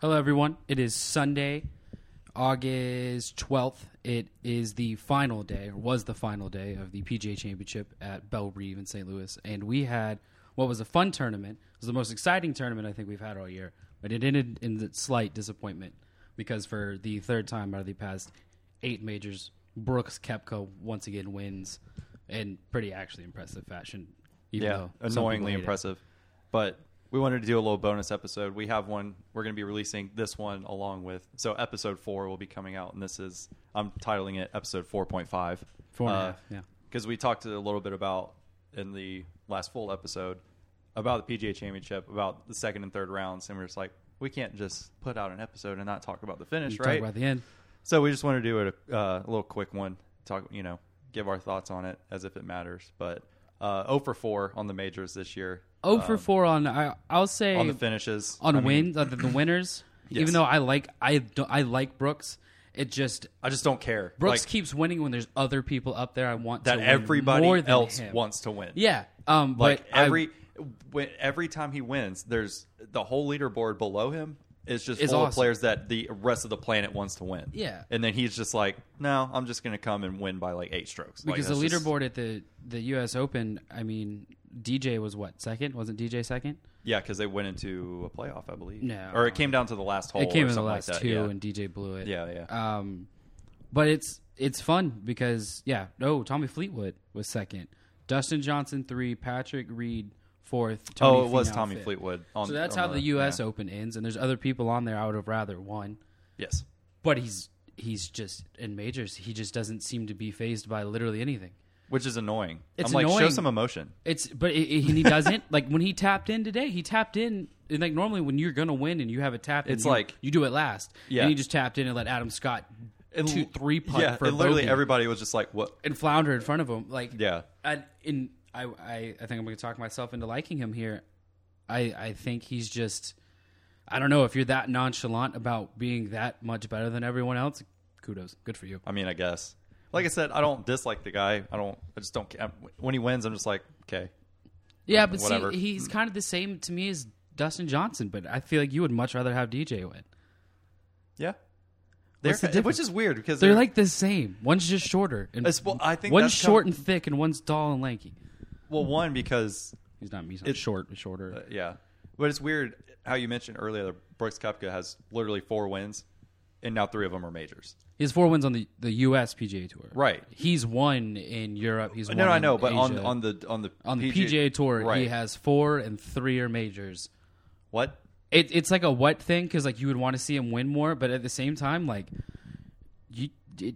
Hello, everyone. It is Sunday, August 12th. It is the final day, or was the final day, of the PGA Championship at Belle Reve in St. Louis. And we had what was a fun tournament. It was the most exciting tournament I think we've had all year. But it ended in the slight disappointment because for the third time out of the past eight majors, Brooks Kepka once again wins in pretty actually impressive fashion. even yeah, though some people annoyingly hate it. impressive. But we wanted to do a little bonus episode. We have one. We're going to be releasing this one along with. So episode four will be coming out, and this is I'm titling it episode four point five. Four Uh, and a half, yeah. Because we talked a little bit about in the last full episode about the PGA Championship, about the second and third rounds, and we are just like, we can't just put out an episode and not talk about the finish, You right? Talk about the end. So we just want to do it a, uh, a little quick one. Talk, you know, give our thoughts on it as if it matters. But uh, 0 for 4 on the majors this year. Oh Um, for four on I, I'll say on the finishes on I mean, wins on the- the winners. Yes. Even though I like I do, I like Brooks, it just I just don't care. Brooks Like, keeps winning when there's other people up there. I want that to win everybody more than else him. wants to win. Yeah, um, like but I- every when, every time he wins, there's the whole leaderboard below him is just Is full awesome. of players that the rest of the planet wants to win. Yeah. and then he's just like, no, I'm just going to come and win by like eight strokes Like, because the that's just- leaderboard at the the U.S. Open, I mean, DJ was what second? Wasn't DJ second? Yeah, because they went into a playoff, I believe. No. or it came down to the last hole. It came or in the something last like that. two, yeah. and DJ blew it. Yeah, yeah. Um, but it's it's fun because yeah. No, Tommy Fleetwood was second. Dustin Johnson three. Patrick Reed fourth. Tony oh, it was Finau Tommy fifth. Fleetwood. On, So that's on how the U.S. yeah. Open ends, and there's other people on there I would have rather won, Yes. but he's he's just in majors. He just doesn't seem to be phased by literally anything. Which is annoying. It's I'm like, show annoying. some emotion. It's but it, it- and he doesn't like when he tapped in today. He tapped in and like normally when you're gonna win and you have a tap, in, It's you- like- you do it last. Yeah. and he just tapped in and let Adam Scott And- two three putt yeah, for a and literally bogey everybody was just like, "What? and flounder in front of him. Like Yeah. and in I, I I think I'm going to talk myself into liking him here. I I think he's just I don't know if you're that nonchalant about being that much better than everyone else. Kudos, good for you. I mean, I guess. Like I said, I don't dislike the guy. I don't. I just don't. ca- I'm- When he wins, I'm just like, okay. Yeah, but whatever. see, he's kind of the same to me as Dustin Johnson. But I feel like you would much rather have DJ win. Yeah. They're, the difference? which is weird because They're like the same. One's just shorter, and It's- well, I think one's that's short kind and thick, and one's tall and lanky. well, one because He's not me. He's not short, he's shorter. uh, yeah, but it's weird how you mentioned earlier that Brooks Koepka has literally four wins, and now three of them are majors. He has four wins on the, the U.S. PGA Tour. Right. He's won in Europe. He's No, won no, I in know, but on Asia. on the on the on the PGA, Tour, right? he has four and three are majors. what? It, it's like a what thing because like you would want to see him win more, but at the same time, like you, it,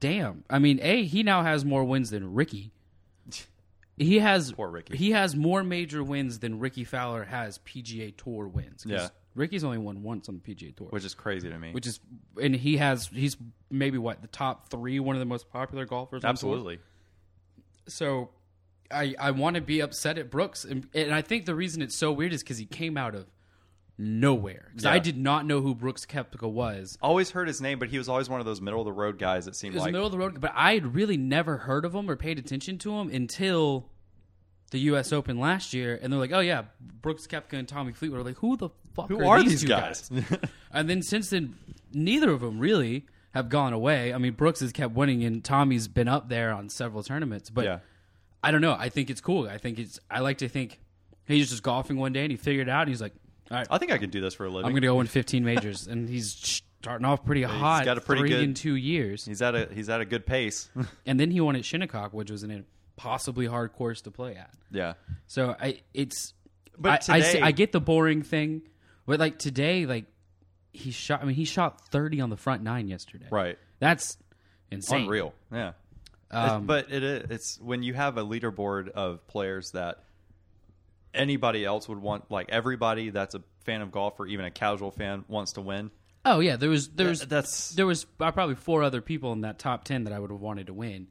damn. I mean, a he now has more wins than Ricky. He has Poor Ricky. He has more major wins than Ricky Fowler has PGA Tour wins. 'cause Yeah. Ricky's only won once on the PGA Tour, Which is crazy to me. which is and he has he's maybe what the top three, one of the most popular golfers. on tour. Absolutely. So I I want to be upset at Brooks, and, and I think the reason it's so weird is because he came out of nowhere. 'Cause I Yeah. did not know who Brooks Koepka was. Always heard his name, but he was always one of those middle of the road guys. It seemed He was like middle of the road, but I had really never heard of him or paid attention to him until the U.S. Open last year, and they're like, "Oh yeah, Brooks Koepka and Tommy Fleetwood." Are like, who the fuck who are these these two guys? And then since then, neither of them really have gone away. I mean, Brooks has kept winning, and Tommy's been up there on several tournaments. But Yeah. I don't know. I think it's cool. I think it's. I like to think he's just golfing one day and he figured it out. And he's like, all right, I think I could do this for a living. I'm going to go win 15 majors, and he's starting off pretty hot. got a pretty three good- in two years, He's at a he's at a good pace. and then he won at Shinnecock, which was an impossibly hard course to play at. yeah. So I it's But I, I, today- see- I get the boring thing, but like today, like he shot. I mean, he shot thirty on the front nine yesterday. Right. That's insane. Unreal. Yeah. Um, It's- but it is it's when you have a leaderboard of players that anybody else would want like everybody that's a fan of golf or even a casual fan wants to win. Oh yeah, there was there was That's there was uh, probably four other people in that top ten that I would have wanted to win.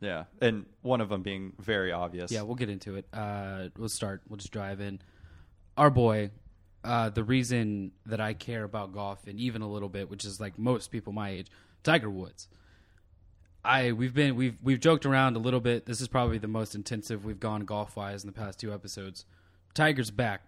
yeah. And one of them being very obvious. Yeah, we'll get into it. Uh, we'll start. We'll just drive in. Our boy, uh, the reason that I care about golf and even a little bit, which is like most people my age, Tiger Woods. I we've been we've we've joked around a little bit. This is probably the most intensive we've gone golf wise in the past two episodes. Tiger's back,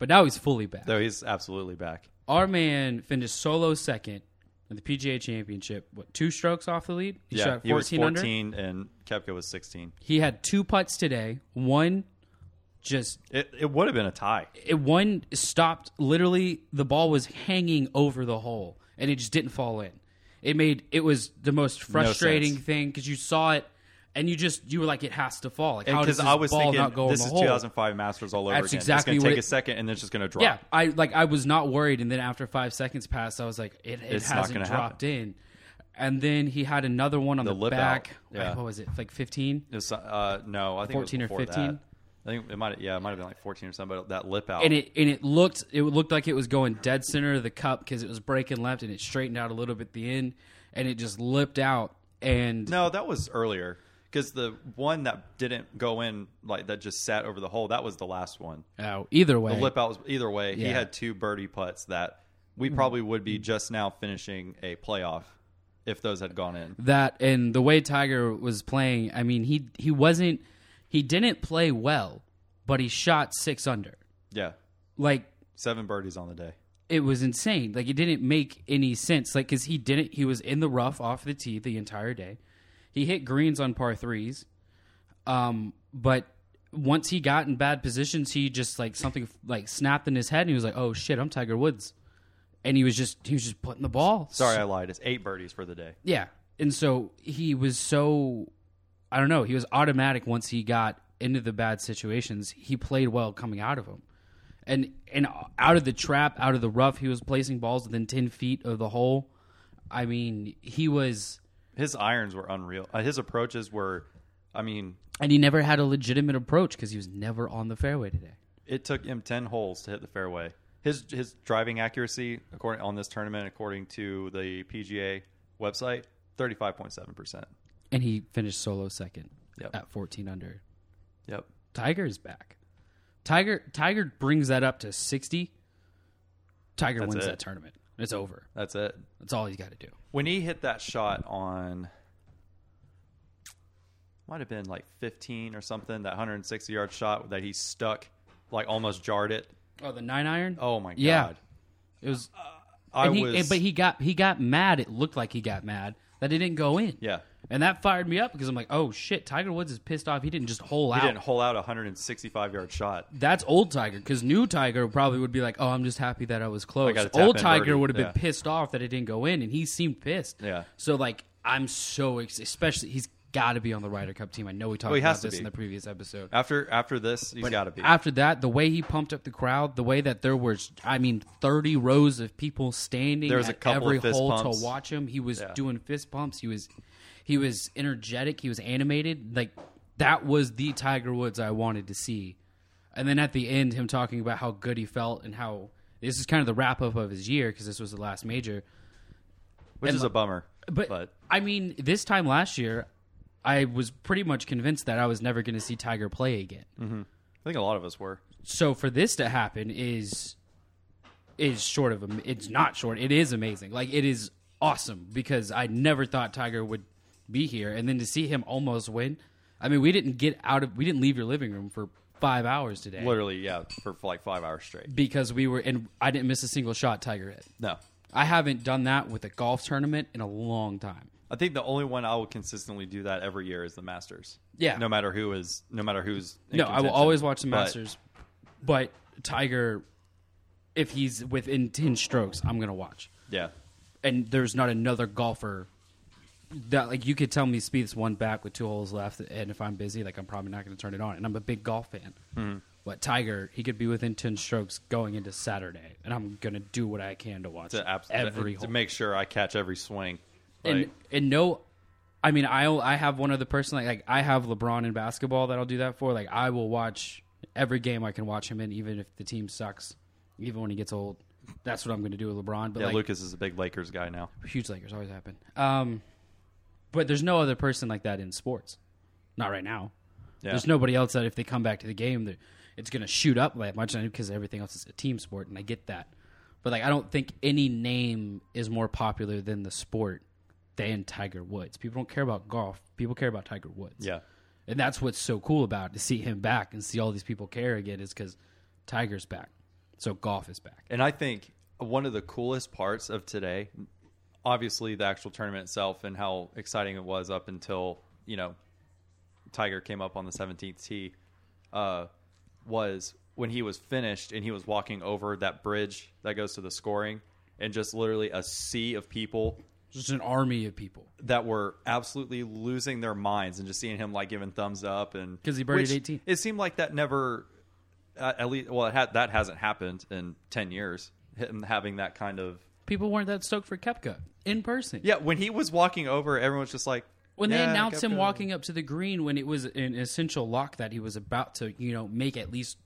But now he's fully back. Though he's absolutely back. Our man finished solo second in the PGA Championship. What two strokes off the lead? He yeah, shot he was 14 under. 14 and Kepka was 16. He had two putts today. One just It, it would have been a tie. it one stopped literally the ball was hanging over the hole and it just didn't fall in it made it was the most frustrating sense. thing because you saw it and you just you were like it has to fall like how does Because this I was ball thinking not go this in the is hole 2005 Masters all over That's again. exactly it's what going to take it- a second and then it's just going to drop. yeah i like i was not worried and then after five seconds passed i was like it, it It's not hasn't gonna dropped in and then he had another one on the, lip back out, yeah. Like, what was it like 15 It was, uh, no, I think 14 or it was before 15? That. I think it might. Yeah, it might have been like 14 or something. But that lip out. and it and it looked it looked like it was going dead center of the cup because it was breaking left and it straightened out a little bit at the end and it just lipped out and no, that was earlier because the one that didn't go in, like that just sat over the hole. That was the last one. oh, either way The lip out was either way. He Yeah. had two birdie putts that we probably would be just now finishing a playoff if those had gone in. that and the way Tiger was playing I mean he he wasn't he didn't play well but he shot six under Yeah, like seven birdies on the day. it was insane like it didn't make any sense like because he didn't he was in the rough off the tee the entire day he hit greens on par threes Um, but once he got in bad positions, he just like something like snapped in his head, and he was like, "Oh shit, I'm Tiger Woods," and he was just he was just putting the ball. Sorry, I lied. It's eight birdies for the day. yeah, and so he was so I don't know. He was automatic once he got into the bad situations. He played well coming out of them, and and out of the trap, out of the rough, he was placing balls within ten feet of the hole. I mean, he was, His irons were unreal. Uh, his approaches were, I mean, and he never had a legitimate approach because he was never on the fairway today. it took him ten holes to hit the fairway. His his driving accuracy, according on this tournament, according to the PGA website, thirty five point seven percent. and he finished solo second Yep. at 14 under. Yep. Tiger is back. Tiger Tiger brings that up to 60. Tiger That's wins it. that tournament. It's over. That's it. That's all he's got to do. When he hit that shot on might have been like 15 or something, that 160 yard shot that he stuck, like almost jarred it. Oh, the nine iron. Oh my god. Yeah. It was. I and he- was and- but he got he got mad. It looked like he got mad that it didn't go in. Yeah. And that fired me up because I'm like, oh shit, Tiger Woods is pissed off. He didn't just hole He out. didn't hole out a 165 yard shot. That's old Tiger because new Tiger probably would be like, oh, I'm just happy that I was close. gotta tap old in Tiger birdie, would have been yeah. pissed off that it didn't go in, and he seemed pissed. Yeah. So like, I'm so ex- especially he's got to be on the Ryder Cup team. I know we talked he about has to this in be. the previous episode. After after this, he's got to be. After that, the way he pumped up the crowd, the way that there was, I mean, 30 rows of people standing There was a at couple of every fist hole pumps. to watch him. He was doing fist pumps. He was, he was energetic. He was animated. Like that was the Tiger Woods I wanted to see. And then at the end, him talking about how good he felt and how this is kind of the wrap up of his year because this was the last major. which is a bummer. But, I mean, this time last year, I was pretty much convinced that I was never going to see Tiger play again. I think a lot of us were. so for this to happen is is short of am- it's not short it is amazing like it is awesome because i never thought tiger would be here and then to see him almost win i mean we didn't get out of we didn't leave your living room for five hours today Literally, yeah, for like five hours straight. because we were and i didn't miss a single shot tiger hit No. i haven't done that with a golf tournament in a long time I think the only one I will consistently do that every year is the Masters. Yeah. No matter who is, no matter who's. in no i will contention. always watch the But masters but, tiger if he's within 10 strokes i'm gonna watch yeah. and there's not another golfer that like you could tell me speed this one back with two holes left and if i'm busy like i'm probably not going to turn it on and i'm a big golf fan Mm-hmm. but tiger he could be within 10 strokes going into saturday and i'm going to do what i can to watch To, abs- every to hole make sure I catch every swing. and Like, and no i mean i i have one other person like, like i have lebron in basketball that i'll do that for like i will watch every game i can watch him in even if the team sucks even when he gets old that's what i'm going to do with lebron but yeah, like Lucas is a big Lakers guy now. huge Lakers always happen. Um, but there's no other person like that in sports, not right now. Yeah. There's nobody else that if they come back to the game, they're- it's going to shoot up that much because everything else is a team sport, and I get that. But like, I don't think any name is more popular than the sport than Tiger Woods. People don't care about golf; people care about Tiger Woods. Yeah. and that's what's so cool about it, to see him back and see all these people care again is because Tiger's back. So golf is back. And I think one of the coolest parts of today, obviously the actual tournament itself and how exciting it was up until, you know, Tiger came up on the 17th tee, uh, was when he was finished and he was walking over that bridge that goes to the scoring and just literally a sea of people Just an army of people that were absolutely losing their minds and just seeing him like giving thumbs up and 'Cause he birdied which 18. It seemed like that never, uh, at least, well, it ha- that hasn't happened in ten years. Him having that kind of People weren't that stoked for Kepka in person. yeah, when he was walking over, everyone's just like When they "Yeah, announced him Koepka." walking up to the green when it was an essential lock that he was about to, you know, make at least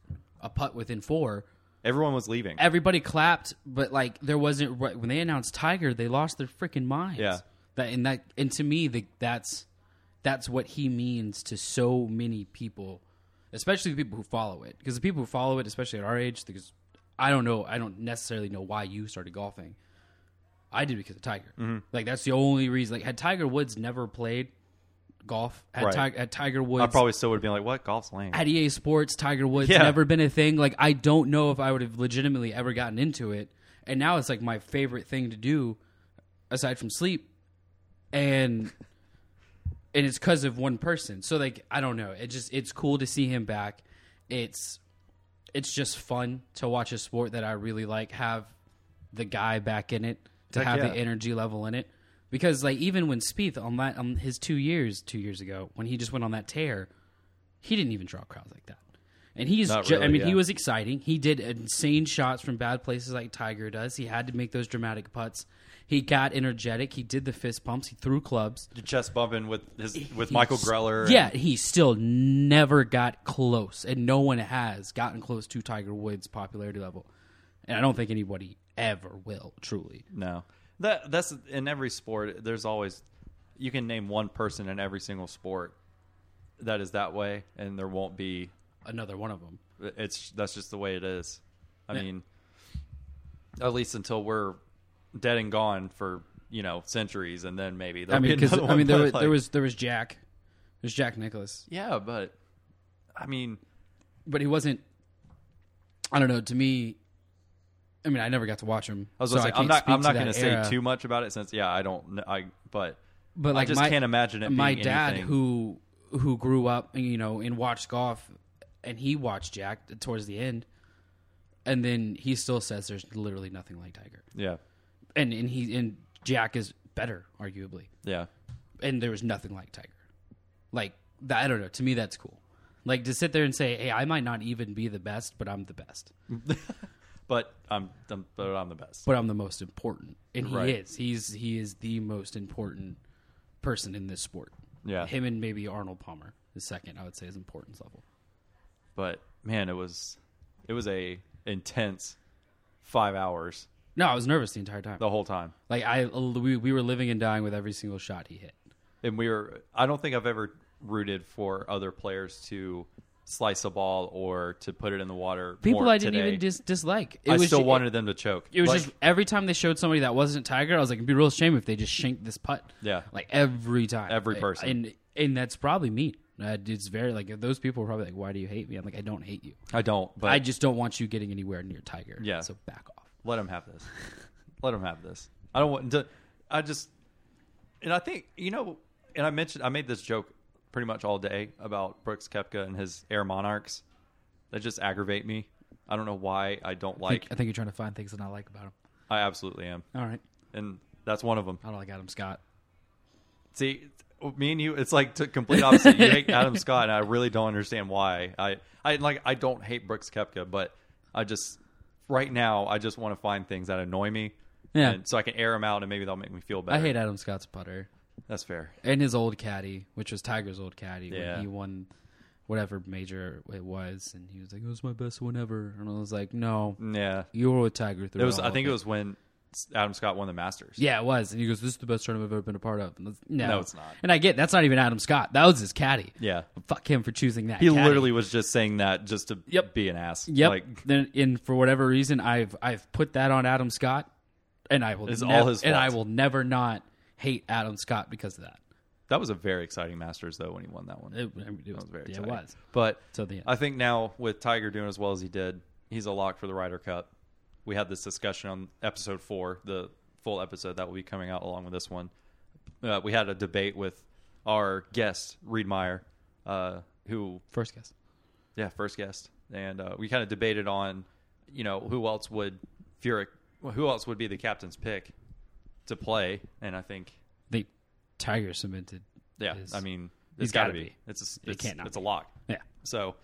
a putt within four, everyone was leaving. everybody clapped, but like there wasn't right- when they announced Tiger, they lost their freaking minds. Yeah. That and that and to me, the, that's that's what he means to so many people, especially the people who follow it. Because the people who follow it, especially at our age, because I don't know, I don't necessarily know why you started golfing. I did because of Tiger. Mm-hmm. Like that's the only reason. Like had Tiger Woods never played golf, had, Right. Ti- had Tiger I Woods probably still would have been like, "What golf's lame?" at EA Sports, Tiger Woods Yeah. never been a thing. Like I don't know if I would have legitimately ever gotten into it. And now it's like my favorite thing to do aside from sleep. And and it's cuz of one person. So like I don't know. It just it's cool to see him back. It's it's just fun to watch a sport that I really like have the guy back in it to Heck have the yeah. energy level in it because like even when Spieth on that on his 2 years 2 years ago when he just went on that tear he didn't even draw crowds like that. And he's, Not ju- I really, mean, he yeah. was exciting. He did insane shots from bad places like Tiger does. He had to make those dramatic putts. He got energetic. He did the fist pumps. He threw clubs. Chest bumping with his with Michael He's- Greller. Yeah, he still never got close, and no one has gotten close to Tiger Woods' popularity level. And I don't think anybody ever will, truly. No, that that's in every sport. There's always you can name one person in every single sport that is that way, and there won't be. Another one of them. It's that's just the way it is. I Yeah. mean, at least until we're dead and gone for you know centuries, and then maybe. I there'll mean, be 'cause- another I mean, one, there but, was, like- there was there was Jack, there's Jack Nicholas. yeah, but I mean, but he wasn't. I don't know. To me, I mean, I never got to watch him. I was so gonna say, can't I'm not speak I'm not to going that to say era. too much about it since yeah I don't kn- I but But like I just my, can't imagine it. my being dad, anything. who who grew up, you know, and watched golf, and he watched Jack towards the end, and then he still says there's literally nothing like Tiger, yeah and and he and Jack is better, arguably, yeah and there was nothing like Tiger. Like that, I don't know. To me, that's cool. Like to sit there and say, "Hey, I might not even be the best, but I'm the best." but I'm, I'm but I'm the best. but I'm the most important, and he Right. is. He's he is the most important person in this sport. Yeah. him and maybe Arnold Palmer, the second I would say his importance level. but man, it was it was a intense five hours No, I was nervous the entire time. the whole time, Like I, we, we were living and dying with every single shot he hit. and we were. I don't think I've ever rooted for other players to slice a ball or to put it in the water. People more I didn't today. even dis- dislike. It I was still ju- wanted them to choke. It was Like, just every time they showed somebody that wasn't Tiger, I was like, it'd be a real shame if they just shanked this putt. Yeah. like every time, Every I- person. and and that's probably me. Uh, It's very like those people are probably like, why do you hate me? I'm like, I don't hate you. I don't. But I just don't want you getting anywhere near Tiger. Yeah. So back off. let them have this. let them have this. I don't want to. I just, and I think you know, and I mentioned I made this joke pretty much all day about Brooks Kepka and his Air Monarchs. That just aggravate me. I don't know why I don't like. I think you're trying to find things that I like about him. I absolutely am, All right. and that's one of them. I don't like Adam Scott. See, me and you, it's like to complete opposite. You hate Adam Scott, and I really don't understand why. I, I like, I don't hate Brooks Kepka, but I just right now I just want to find things that annoy me. Yeah. and so I can air them out, and maybe they'll make me feel better. I hate Adam Scott's putter That's fair. and his old caddy, which was Tiger's old caddy Yeah. when he won whatever major it was, and he was like, "It was my best one ever," and I was like, "No, Yeah, you were with Tiger through." it was. all I of think it was when Adam Scott won the Masters. Yeah, it was, and he goes, "This is the best tournament I've ever been a part of." And that's- no. No, it's not. And I get that's not even Adam Scott. That was his caddy. Yeah. Fuck him for choosing that. he caddy. literally was just saying that just to Yep. be an ass. Yep. like then, and for whatever reason, I've I've put that on Adam Scott, and I will It's nev- all his and I fault. will never not hate Adam Scott because of that. that was a very exciting Masters though when he won that one. It, I mean, it was, was very yeah, it exciting. was. But So the I think now with Tiger doing as well as he did, he's a lock for the Ryder Cup. We had this discussion on episode four, the full episode that will be coming out along with this one. Uh, we had a debate with our guest Reed Meyer, uh, who First guess. yeah, first guest, and uh, we kind of debated on, you know, who else would Furyk, who else would be the captain's pick to play, and I think, The Tiger cemented. yeah, is- I mean, he's it's got to gotta be. be. It's a, s- It it's, can't not it's a be. lock. Yeah. So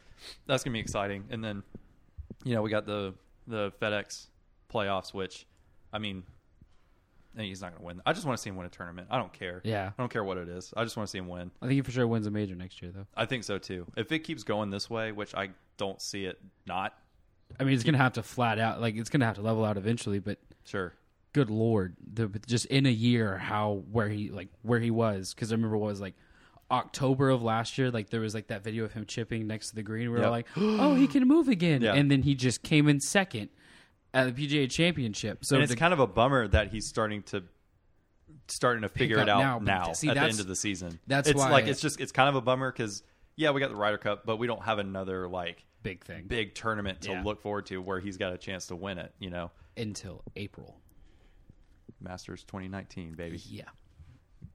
that's gonna be exciting, and then, you know, we got the the FedEx playoffs, which, I mean, and he's not gonna win. I just want to see him win a tournament. I don't care. Yeah. I don't care what it is. I just want to see him win. I think he for sure wins a major next year, though. I think so too. If it keeps going this way, which I don't see it not, I mean, it's going to have to flat out, like, it's going to have to level out eventually, but sure. good lord the just in a year how where he like where he was because i remember what was like october of last year like there was like that video of him chipping next to the green we were Yep. like oh he can move again Yeah. and then he just came in second at the pga championship so and it's the- kind of a bummer that he's starting to starting to figure up it out now, now, but th- see, at the that's- end of the season. that's it's why- like it's just it's kind of a bummer because yeah, we got the Ryder Cup, but we don't have another like big thing big tournament to Yeah. look forward to where he's got a chance to win it. You know, until april Masters 2019, baby, yeah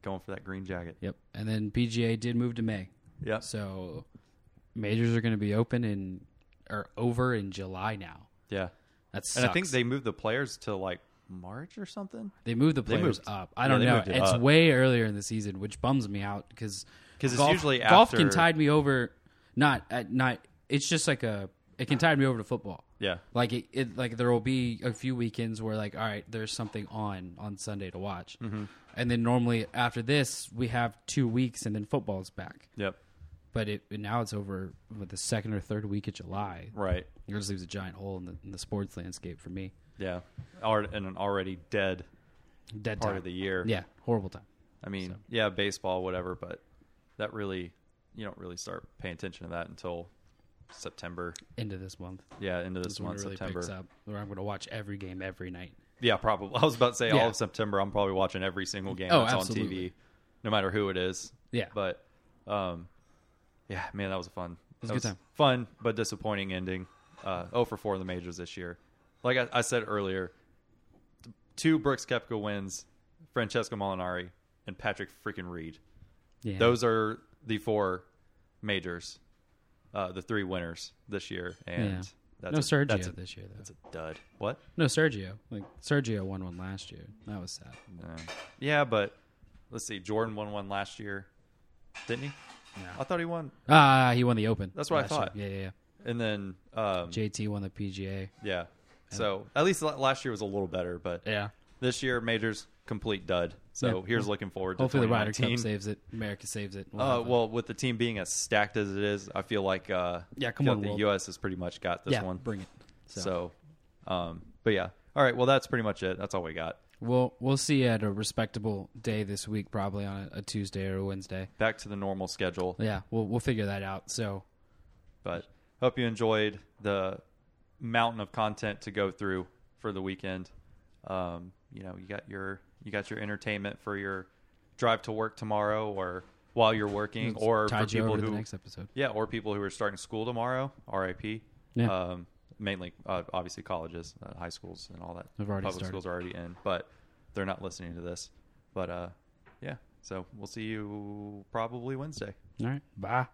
going for that green jacket. yep and then pga did move to may Yeah, so majors are going to be open and are over in july now yeah. that's And I think they moved the players to like March or something They moved the They players moved- up. I yeah, don't they know. moved it It's up. way earlier in the season, which bums me out because 'Cause it's usually golf can after- tide me over. Not at not. It's just like a it can tide me over to football. Yeah. like it, it like there will be a few weekends where like all right, there's something on on Sunday to watch, Mm-hmm. and then normally after this we have two weeks and then football's back. Yep. But it now it's over with the second or third week of July. Right. It just leaves a giant hole in the, in the sports landscape for me. Yeah. Al- And an already dead Dead part time. of the year. yeah, horrible time. I mean, yeah, baseball, whatever, but that really, you don't really start paying attention to that until September. End of this month. Yeah, into this when month, it really picks September. up. Where I'm going to watch every game every night. Yeah, probably. I was about to say Yeah. all of September. I'm probably watching every single game Oh, that's on TV, absolutely. no matter who it is. Yeah. But, um, yeah, man, that was a fun. was that a good time. Fun but disappointing ending. Uh, 0 for four in the majors this year. Like I, I said earlier, t- two Brooks Kepka wins, Francesco Molinari and Patrick freaking Reed. Yeah. Those are the four majors, uh, the three winners this year, and Yeah. that's no a, Sergio That's a, this year though. that's a dud. What? No Sergio. Like Sergio won one last year. That was sad. No. Yeah, but let's see. Jordan won one last year, didn't he? I No. thought he won, Ah, he won the Open. That's what I last year. thought. Yeah, yeah, yeah. and then um, JT won the PGA. yeah. So at least la- last year was a little better, but Yeah. this year majors complete dud. So Yeah. here's looking forward to Hopefully the Ryder 2019. Cup saves it. America saves it. Uh, have a- well, with the team being as stacked as it is, I feel like uh, Yeah, come I feel on, like the world. U.S. has pretty much got this yeah, one. bring it. So, So, um, but yeah. All right. Well, that's pretty much it. That's all we got. we'll we'll see you at a respectable day this week, probably on a, a Tuesday or a Wednesday. Back to the normal schedule. Yeah, we'll we'll figure that out. So But hope you enjoyed the mountain of content to go through for the weekend. Um, you know, you got your you got your entertainment for your drive to work tomorrow, or while you're working, or tide for you people over to who the next episode. Yeah, or people who are starting school tomorrow, RIP. Yeah. Um, mainly, uh, obviously, colleges, uh, high schools, and all that. They've already Public started. schools are already in, but they're not listening to this. But uh, yeah, so we'll see you probably Wednesday. All right. Bye.